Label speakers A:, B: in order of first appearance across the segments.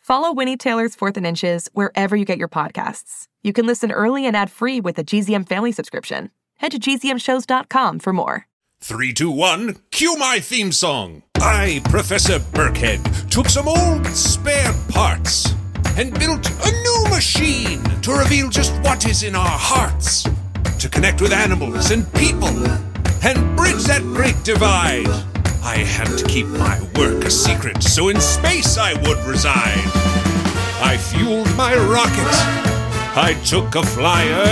A: Follow Winnie Taylor's Fourth and Inches wherever you get your podcasts. You can listen early and ad free with a GZM family subscription. Head to gzmshows.com for more.
B: Three, two, one, cue my theme song. I, Professor Burkhead, took some old spare parts and built a new machine to reveal just what is in our hearts, to connect with animals and people, and bridge that great divide. I had to keep my work a secret, so in space I would reside. I fueled my rocket, I took a flyer.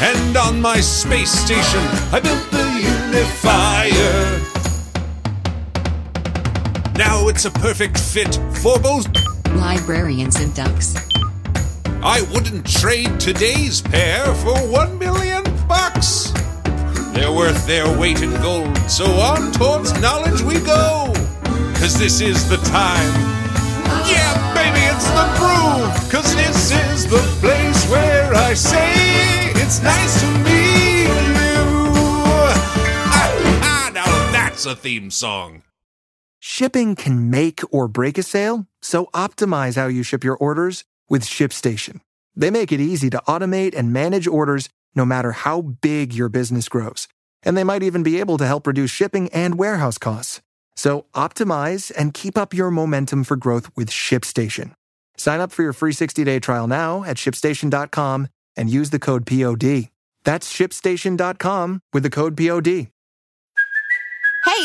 B: And on my space station, I built the unifier. Now it's a perfect fit for both.
C: Librarians and ducks.
B: I wouldn't trade today's pair for one million bucks. They're worth their weight in gold, so on towards knowledge we go. Cause this is the time. Yeah, baby, it's the groove. Cause this is the place where I say it's nice to meet you. Ah, ah, now that's a theme song.
D: Shipping can make or break a sale, so optimize how you ship your orders with ShipStation. They make it easy to automate and manage orders no matter how big your business grows. And they might even be able to help reduce shipping and warehouse costs. So optimize and keep up your momentum for growth with ShipStation. Sign up for your free 60-day trial now at shipstation.com and use the code POD. That's shipstation.com with the code POD.
E: Hey,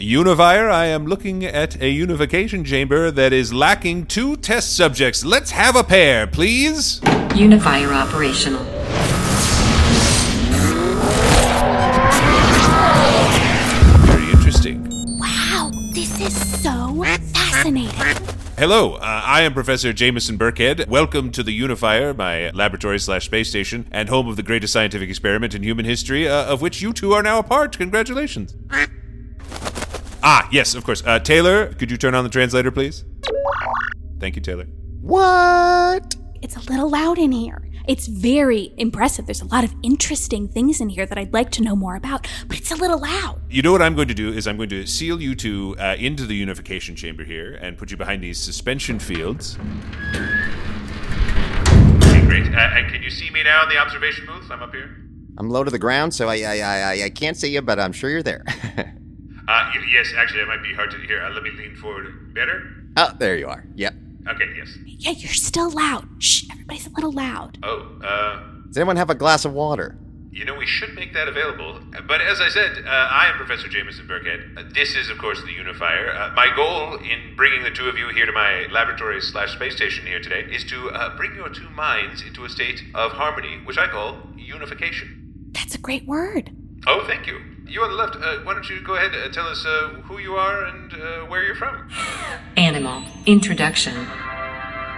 B: Unifier, I am looking at a unification chamber that is lacking two test subjects. Let's have a pair, please.
C: Unifier operational.
B: Very interesting.
F: Wow, this is so fascinating.
B: Hello, uh, I am Professor Jameson Burkhead. Welcome to the Unifier, my laboratory slash space station, and home of the greatest scientific experiment in human history, uh, of which you two are now a part. Congratulations. Ah, yes, of course. Uh, Taylor, could you turn on the translator, please? Thank you, Taylor.
G: What?
F: It's a little loud in here. It's very impressive. There's a lot of interesting things in here that I'd like to know more about, but it's a little loud.
B: You know what I'm going to do is I'm going to seal you two uh, into the unification chamber here and put you behind these suspension fields. Okay, great. Uh, and can you see me now in the observation booth? I'm up here.
G: I'm low to the ground, so I I, I, I- I can't see you, but I'm sure you're there.
B: Uh, y- yes, actually, it might be hard to hear. Uh, let me lean forward. Better?
G: oh, there you are. Yep.
B: Okay, yes.
F: Yeah, you're still loud. Shh, everybody's a little loud.
B: Oh, uh,
G: Does anyone have a glass of water?
B: you know, we should make that available. Uh, But as I said, uh, I am Professor Jameson Burkhead. Uh, this is, of course, the Unifier. Uh, my goal in bringing the two of you here to my laboratory slash space station here today is to uh, bring your two minds into a state of harmony, which I call unification.
F: That's a great word.
B: Oh, thank you. You on the left, uh, why don't you go ahead and tell us uh, who you are and uh, where you're from?
C: Animal. Introduction.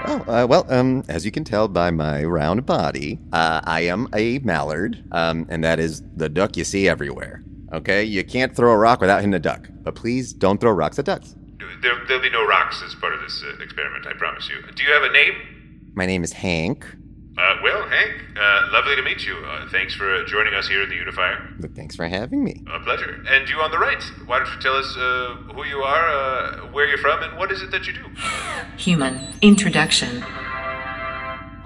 G: Oh, uh, well, um, as you can tell by my round body, uh, I am a mallard, um, and that is the duck you see everywhere. Okay, you can't throw a rock without hitting a duck, but please don't throw rocks at ducks.
B: There, there'll be no rocks as part of this uh, experiment, I promise you. Do you have a name?
G: My name is Hank.
B: Uh, well, Hank, uh, lovely to meet you. Uh, thanks for uh, joining us here in the Unifier.
G: Look, Thanks for having me.
B: A pleasure. And you on the right, why don't you tell us uh, who you are, uh, where you're from, and what is it that you do?
C: Human. Introduction.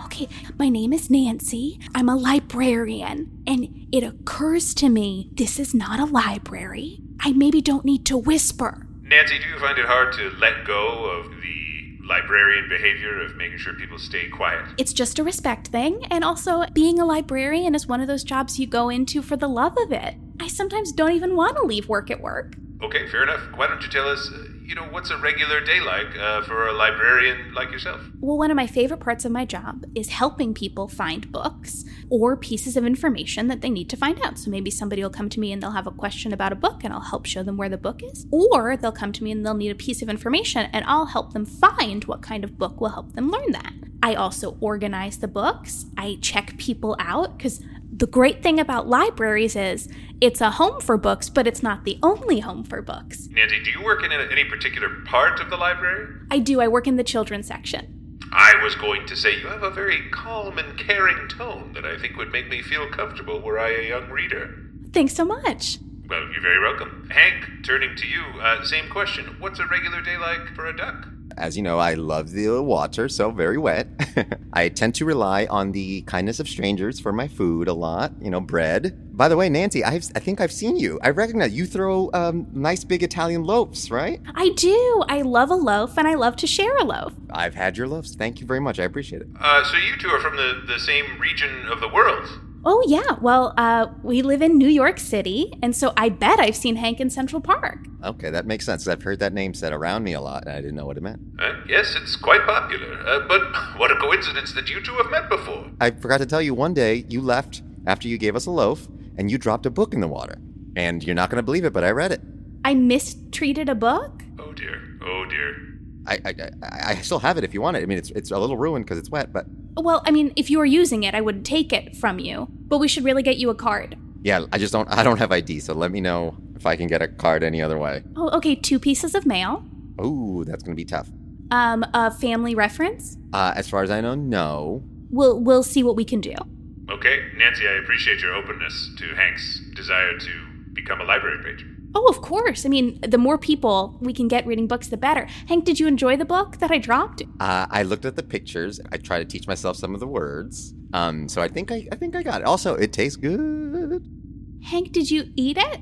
F: Okay, my name is Nancy. I'm a librarian, and it occurs to me this is not a library. I maybe don't need to whisper.
B: Nancy, do you find it hard to let go of the librarian behavior of making sure people stay quiet.
F: It's just a respect thing, and also being a librarian is one of those jobs you go into for the love of it. I sometimes don't even want to leave work at work.
B: Okay, fair enough. Why don't you tell us, uh, you know, what's a regular day like uh, for a librarian like yourself?
F: Well, one of my favorite parts of my job is helping people find books or pieces of information that they need to find out. So maybe somebody will come to me and they'll have a question about a book and I'll help show them where the book is. Or they'll come to me and they'll need a piece of information and I'll help them find what kind of book will help them learn that. I also organize the books, I check people out because the great thing about libraries is it's a home for books, but it's not the only home for books.
B: Nancy, do you work in a- any particular part of the library?
F: I do, I work in the children's section.
B: I was going to say you have a very calm and caring tone that I think would make me feel comfortable were I a young reader.
F: Thanks so much.
B: Well, you're very welcome. Hank, turning to you, uh, same question. What's a regular day like for a duck?
G: As you know, I love the water, so very wet. I tend to rely on the kindness of strangers for my food a lot, you know, bread. By the way, Nancy, I've, I think I've seen you. I recognize you throw um, nice big Italian loaves, right?
F: I do. I love a loaf and I love to share a loaf.
G: I've had your loaves. Thank you very much. I appreciate it.
B: Uh, so you two are from the, the same region of the world.
F: Oh, yeah. Well, uh, we live in New York City, and so I bet I've seen Hank in Central Park.
G: Okay, that makes sense. I've heard that name said around me a lot, and I didn't know what it meant.
B: Uh, yes, it's quite popular. Uh, but what a coincidence that you two have met before.
G: I forgot to tell you one day you left after you gave us a loaf and you dropped a book in the water. And you're not going to believe it, but I read it.
F: I mistreated a book?
B: Oh dear, oh dear.
G: I, I, I, I still have it if you want it. I mean, it's, it's a little ruined because it's wet, but
F: Well, I mean, if you were using it, I would take it from you, but we should really get you a card.
G: yeah, I just don't, I don't have ID. So let me know if I can get a card any other way.
F: Oh, okay. Two pieces of mail,
G: Ooh, that's going to be tough.
F: um, a family reference.
G: Uh, as far as I know, no.
F: We'll, we'll see what we can do.
B: Okay, Nancy, I appreciate your openness to Hank's desire to become a library patron.
F: Oh, of course. I mean, the more people we can get reading books, the better. Hank, did you enjoy the book that I dropped?
G: Uh, I looked at the pictures. I tried to teach myself some of the words. Um, so I think I, I think I got it. Also, it tastes good.
F: Hank, did you eat it?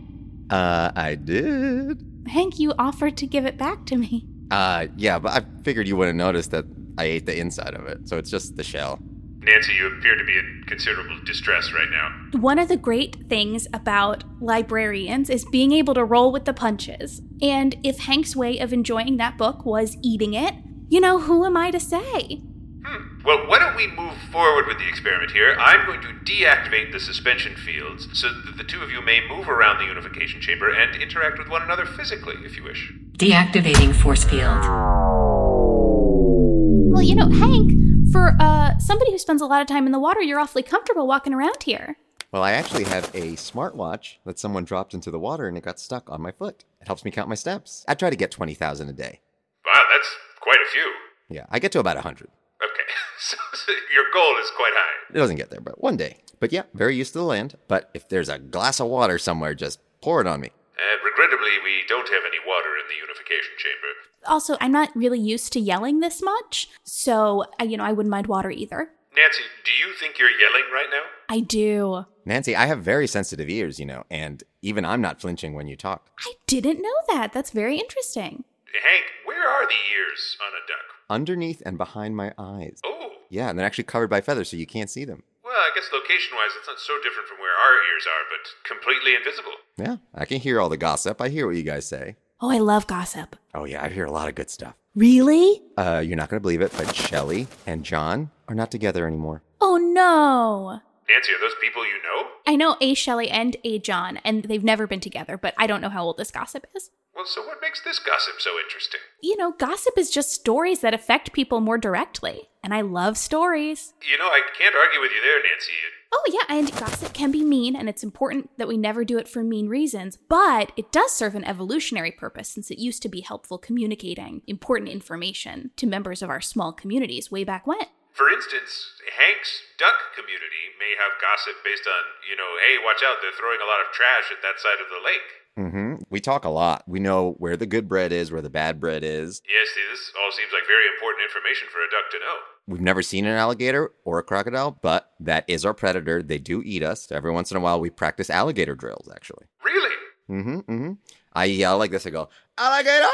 G: Uh, I did.
F: Hank, you offered to give it back to me.
G: Uh, yeah, but I figured you wouldn't notice that I ate the inside of it, so it's just the shell.
B: Nancy, you appear to be in considerable distress right now.
F: One of the great things about librarians is being able to roll with the punches. And if Hank's way of enjoying that book was eating it, you know, who am I to say?
B: Hmm. Well, why don't we move forward with the experiment here? I'm going to deactivate the suspension fields so that the two of you may move around the unification chamber and interact with one another physically if you wish.
C: Deactivating force field.
F: Well, you know, Hank, for uh, somebody who spends a lot of time in the water, you're awfully comfortable walking around here.
G: Well, I actually have a smartwatch that someone dropped into the water and it got stuck on my foot. It helps me count my steps. I try to get 20,000 a day.
B: Wow, that's quite a few.
G: Yeah, I get to about 100.
B: Okay, so, so your goal is quite high.
G: It doesn't get there, but one day. But yeah, very used to the land. But if there's a glass of water somewhere, just pour it on me.
B: And regrettably, we don't have any water in the unification chamber.
F: Also, I'm not really used to yelling this much, so, uh, you know, I wouldn't mind water either.
B: Nancy, do you think you're yelling right now?
F: I do.
G: Nancy, I have very sensitive ears, you know, and even I'm not flinching when you talk.
F: I didn't know that. That's very interesting.
B: Hank, where are the ears on a duck?
G: Underneath and behind my eyes.
B: Oh,
G: Yeah, and they're actually covered by feathers, so you can't see them.
B: well, I guess location wise, it's not so different from where our ears are, but completely invisible.
G: Yeah, I can hear all the gossip. I hear what you guys say.
F: Oh, I love gossip.
G: Oh, yeah, I hear a lot of good stuff.
F: Really?
G: Uh, you're not going to believe it, but Shelly and John are not together anymore.
F: Oh, no.
B: Nancy, are those people you know?
F: I know a Shelley and a John, and they've never been together, but I don't know how old this gossip is.
B: Well, so what makes this gossip so interesting?
F: You know, gossip is just stories that affect people more directly, and I love stories.
B: You know, I can't argue with you there, Nancy.
F: Oh, yeah, and gossip can be mean, and it's important that we never do it for mean reasons, but it does serve an evolutionary purpose since it used to be helpful communicating important information to members of our small communities way back when.
B: For instance, Hank's duck community may have gossip based on, you know, hey, watch out, they're throwing a lot of trash at that side of the lake.
G: hmm We talk a lot. We know where the good bread is, where the bad bread is.
B: Yes, see, this all seems like very important information for a duck to know.
G: We've never seen an alligator or a crocodile, but that is our predator. They do eat us. Every once in a while, we practice alligator drills, actually. Mm-hmm,
B: Really?
G: hmm hmm I yell like this. I go, alligator!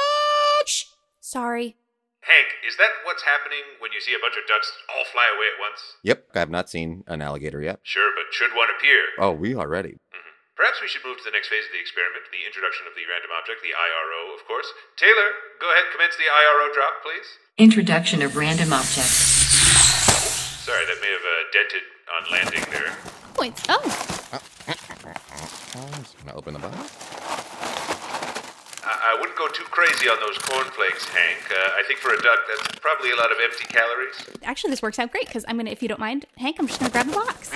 F: Shh! Sorry.
B: Hank, is that what's happening when you see a bunch of ducks all fly away at once?
G: Yep, I have not seen an alligator yet.
B: Sure, but should one appear?
G: Oh, we are ready.
B: Mhm. Perhaps we should move to the next phase of the experiment, the introduction of the random object, the IRO, of course. Taylor, go ahead, commence the IRO drop, please.
C: Introduction of random object.
B: Sorry, that may have uh, dented on landing there.
F: Points. Oh,
G: Can I open the box?
B: I, I wouldn't go too crazy on those cornflakes, Hank. Uh, I think for a duck, that's probably a lot of empty calories.
F: actually, this works out great because I'm gonna, if you don't mind, Hank, I'm just gonna grab the box.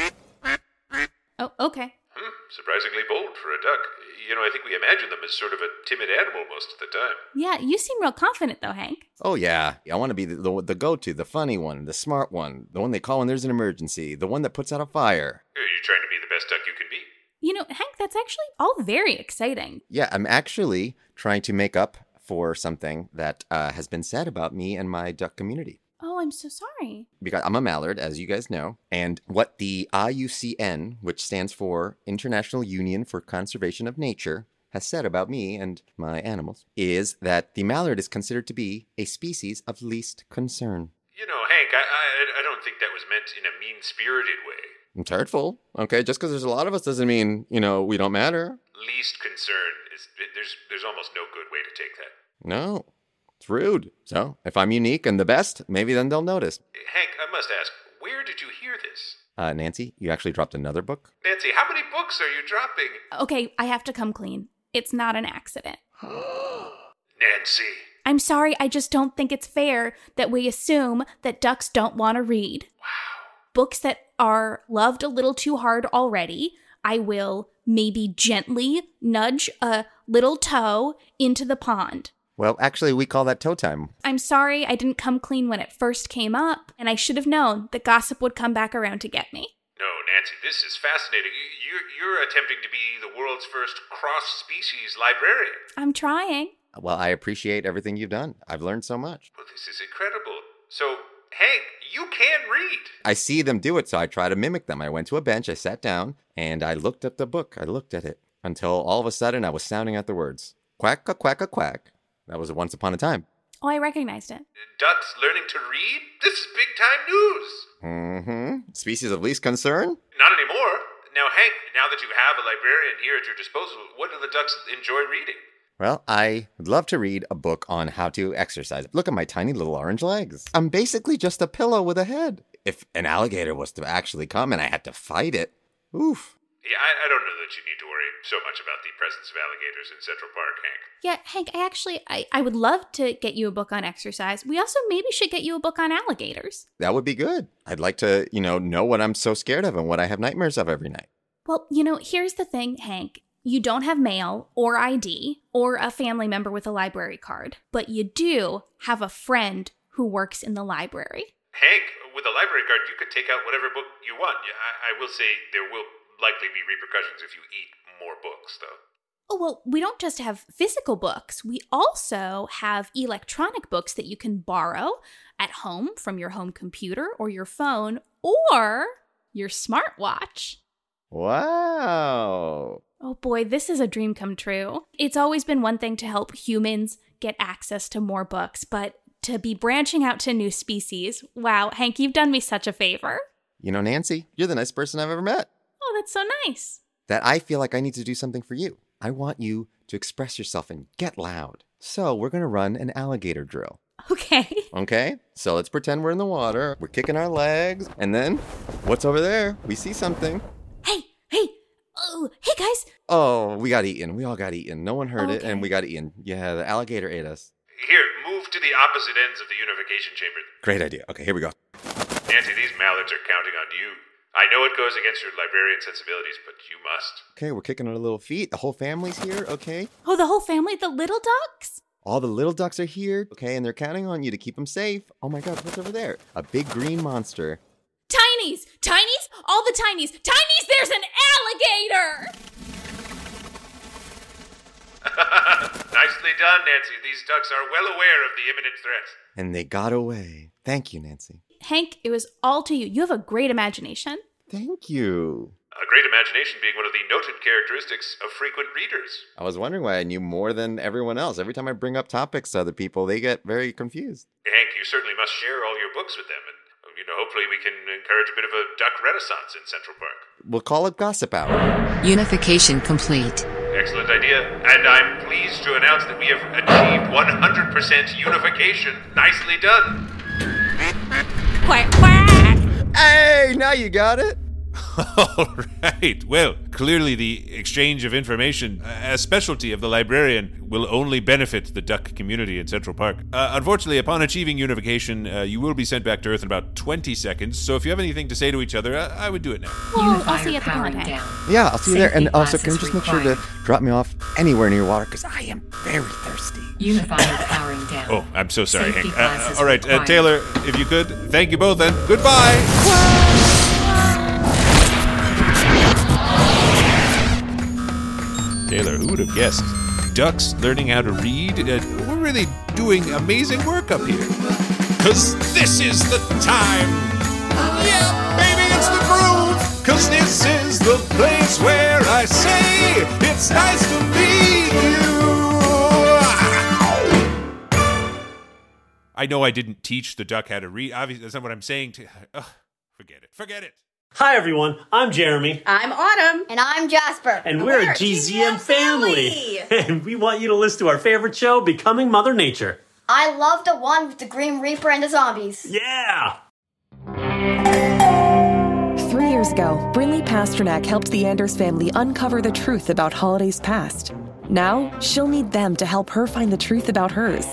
F: Oh, okay.
B: Hmm, surprisingly bold for a duck. You know, I think we imagine them as sort of a timid animal most of the time.
F: Yeah, you seem real confident though, Hank.
G: Oh yeah, I want to be the, the the go-to, the funny one, the smart one, the one they call when there's an emergency, the one that puts out a fire.
B: You're trying to be the best duck you can be.
F: You know, Hank, that's actually all very exciting.
G: Yeah, I'm actually trying to make up for something that uh, has been said about me and my duck community.
F: Oh, I'm so sorry.
G: because I'm a mallard, as you guys know, and what the IUCN, which stands for International Union for Conservation of Nature, has said about me and my animals is that the mallard is considered to be a species of least concern.
B: You know, Hank, I, I, I don't think that was meant in a mean spirited way.
G: It's hurtful, okay? Just because there's a lot of us doesn't mean, you know, we don't matter.
B: Least concern is there's there's almost no good way to take that.
G: No, it's rude. So if I'm unique and the best, maybe then they'll notice.
B: Hank, I must ask, where did you hear this?
G: Uh, Nancy, you actually dropped another book?
B: Nancy, how many books are you dropping?
F: Okay, I have to come clean. It's not an accident.
B: Nancy.
F: I'm sorry, I just don't think it's fair that we assume that ducks don't want to read. Books that are loved a little too hard already, I will maybe gently nudge a little toe into the pond.
G: Well, actually, we call that toe time.
F: I'm sorry I didn't come clean when it first came up, and I should have known that gossip would come back around to get me.
B: No, Nancy, this is fascinating. You- You're, you're attempting to be the world's first cross species librarian.
F: I'm trying.
G: Well, I appreciate everything you've done. I've learned so much.
B: Well, this is incredible. So, Hank, you can read.
G: I see them do it, so I try to mimic them. I went to a bench, I sat down, and I looked at the book. I looked at it until all of a sudden I was sounding out the words quack a quack a quack. That was once upon a time.
F: Oh, I recognized it.
B: Ducks learning to read? This is big time news.
G: Mm-hmm. Species of least concern.
B: Not anymore. Now, Hank, now that you have a librarian here at your disposal, what do the ducks enjoy reading?
G: Well, I would love to read a book on how to exercise. Look at my tiny little orange legs. I'm basically just a pillow with a head. If an alligator was to actually come and I had to fight it, oof.
B: Yeah, I, I don't know that you need to worry so much about the presence of alligators in Central Park, Hank.
F: Yeah, Hank, I actually I, I would love to get you a book on exercise. We also maybe should get you a book on alligators.
G: That would be good. I'd like to, you know, know what I'm so scared of and what I have nightmares of every night.
F: Well, you know, here's the thing, Hank. You don't have mail or ID or a family member with a library card, but you do have a friend who works in the library.
B: Hank, with a library card, you could take out whatever book you want. Yeah, I, I will say there will likely be repercussions if you eat more books, though.
F: Oh, well, we don't just have physical books. We also have electronic books that you can borrow at home from your home computer or your phone or your smartwatch.
G: Wow.
F: Oh boy, this is a dream come true. It's always been one thing to help humans get access to more books, but to be branching out to new species, wow, Hank, you've done me such a favor.
G: You know, Nancy, you're the nicest person I've ever met.
F: Oh, that's so nice.
G: That I feel like I need to do something for you. I want you to express yourself and get loud. So we're going to run an alligator drill.
F: Okay.
G: Okay? So let's pretend we're in the water. We're kicking our legs. And then what's over there? We see something.
F: Hey, hey, oh, hey guys.
G: Oh, we got eaten. We all got eaten. No one heard it,
F: Okay.
G: and we got eaten. Yeah, the alligator ate us.
B: Here, move to the opposite ends of the unification chamber.
G: Great idea. Okay, here we go.
B: Nancy, these mallards are counting on you. I know it goes against your librarian sensibilities, but you must.
G: Okay, we're kicking our little feet. The whole family's here. Okay.
F: Oh, the whole family, the little ducks?
G: All the little ducks are here. Okay, and they're counting on you to keep them safe. Oh my God, what's over there? A big green monster.
F: Tinies, tinies, all the tinies, tinies, there's an alligator.
B: Nicely done, Nancy. These ducks are well aware of the imminent threat.
G: and they got away. Thank you, Nancy.
F: Hank, it was all to you. You have a great imagination.
G: Thank you.
H: A great imagination being one of the noted characteristics of frequent readers.
G: I was wondering why I knew more than everyone else. Every time I bring up topics to other people, they get very confused.
H: Hank, you certainly must share all your books with them, and you know, hopefully we can encourage a bit of a duck renaissance in Central Park.
G: We'll call it Gossip Hour.
C: Unification complete.
H: Excellent idea, and I'm pleased to announce that we have achieved 100% unification. Nicely done.
G: Hey, now you got it.
B: All right. Well, clearly the exchange of information, a specialty of the librarian, will only benefit the duck community in Central Park. Uh, unfortunately, upon achieving unification, uh, you will be sent back to Earth in about 20 seconds, so if you have anything to say to each other, uh, I, I would do it now.
F: Oh, I'll see you
C: Unifier
F: at the
C: powering
F: contact.
C: down.
G: Yeah, I'll see you there. And
C: Safety
G: also, can you
C: glasses
G: just make sure to
C: required.
G: drop me off anywhere near water? Because I am very thirsty.
C: Unifier powering down.
B: Oh, I'm so sorry,
C: Safety
B: Hank. Uh,
C: glasses
B: all right, uh,
C: required.
B: Taylor, if you could, thank you both, and goodbye. Taylor, who would have guessed? Ducks learning how to read? Uh, we're really doing amazing work up here. Cause this is the time. Oh, Yeah, baby, it's the groove. Cause this is the place where I say it's nice to meet you. I know I didn't teach the duck how to read. Obviously, that's not what I'm saying. To Ugh, forget it. Forget it.
I: Hi, everyone. I'm Jeremy,
J: I'm Autumn.
K: And I'm Jasper.
I: and we're, a GZM, family. And we want you to listen to our favorite show, Becoming Mother Nature.
K: I love the one with the Grim Reaper and the zombies.
I: Yeah!
A: Three years ago, Brinley Pasternak helped the Anders family uncover the truth about Holiday's past. Now, she'll need them to help her find the truth about hers.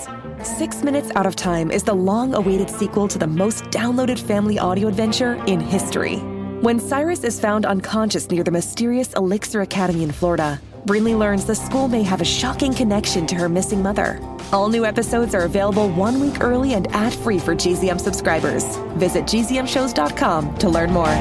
A: Six Minutes Out of Time is the long awaited sequel to the most downloaded family audio adventure in history. When Cyrus is found unconscious near the mysterious Elixir Academy in Florida, Brinley learns the school may have a shocking connection to her missing mother. All new episodes are available one week early and ad free for GZM subscribers. Visit gzmshows.com to learn more.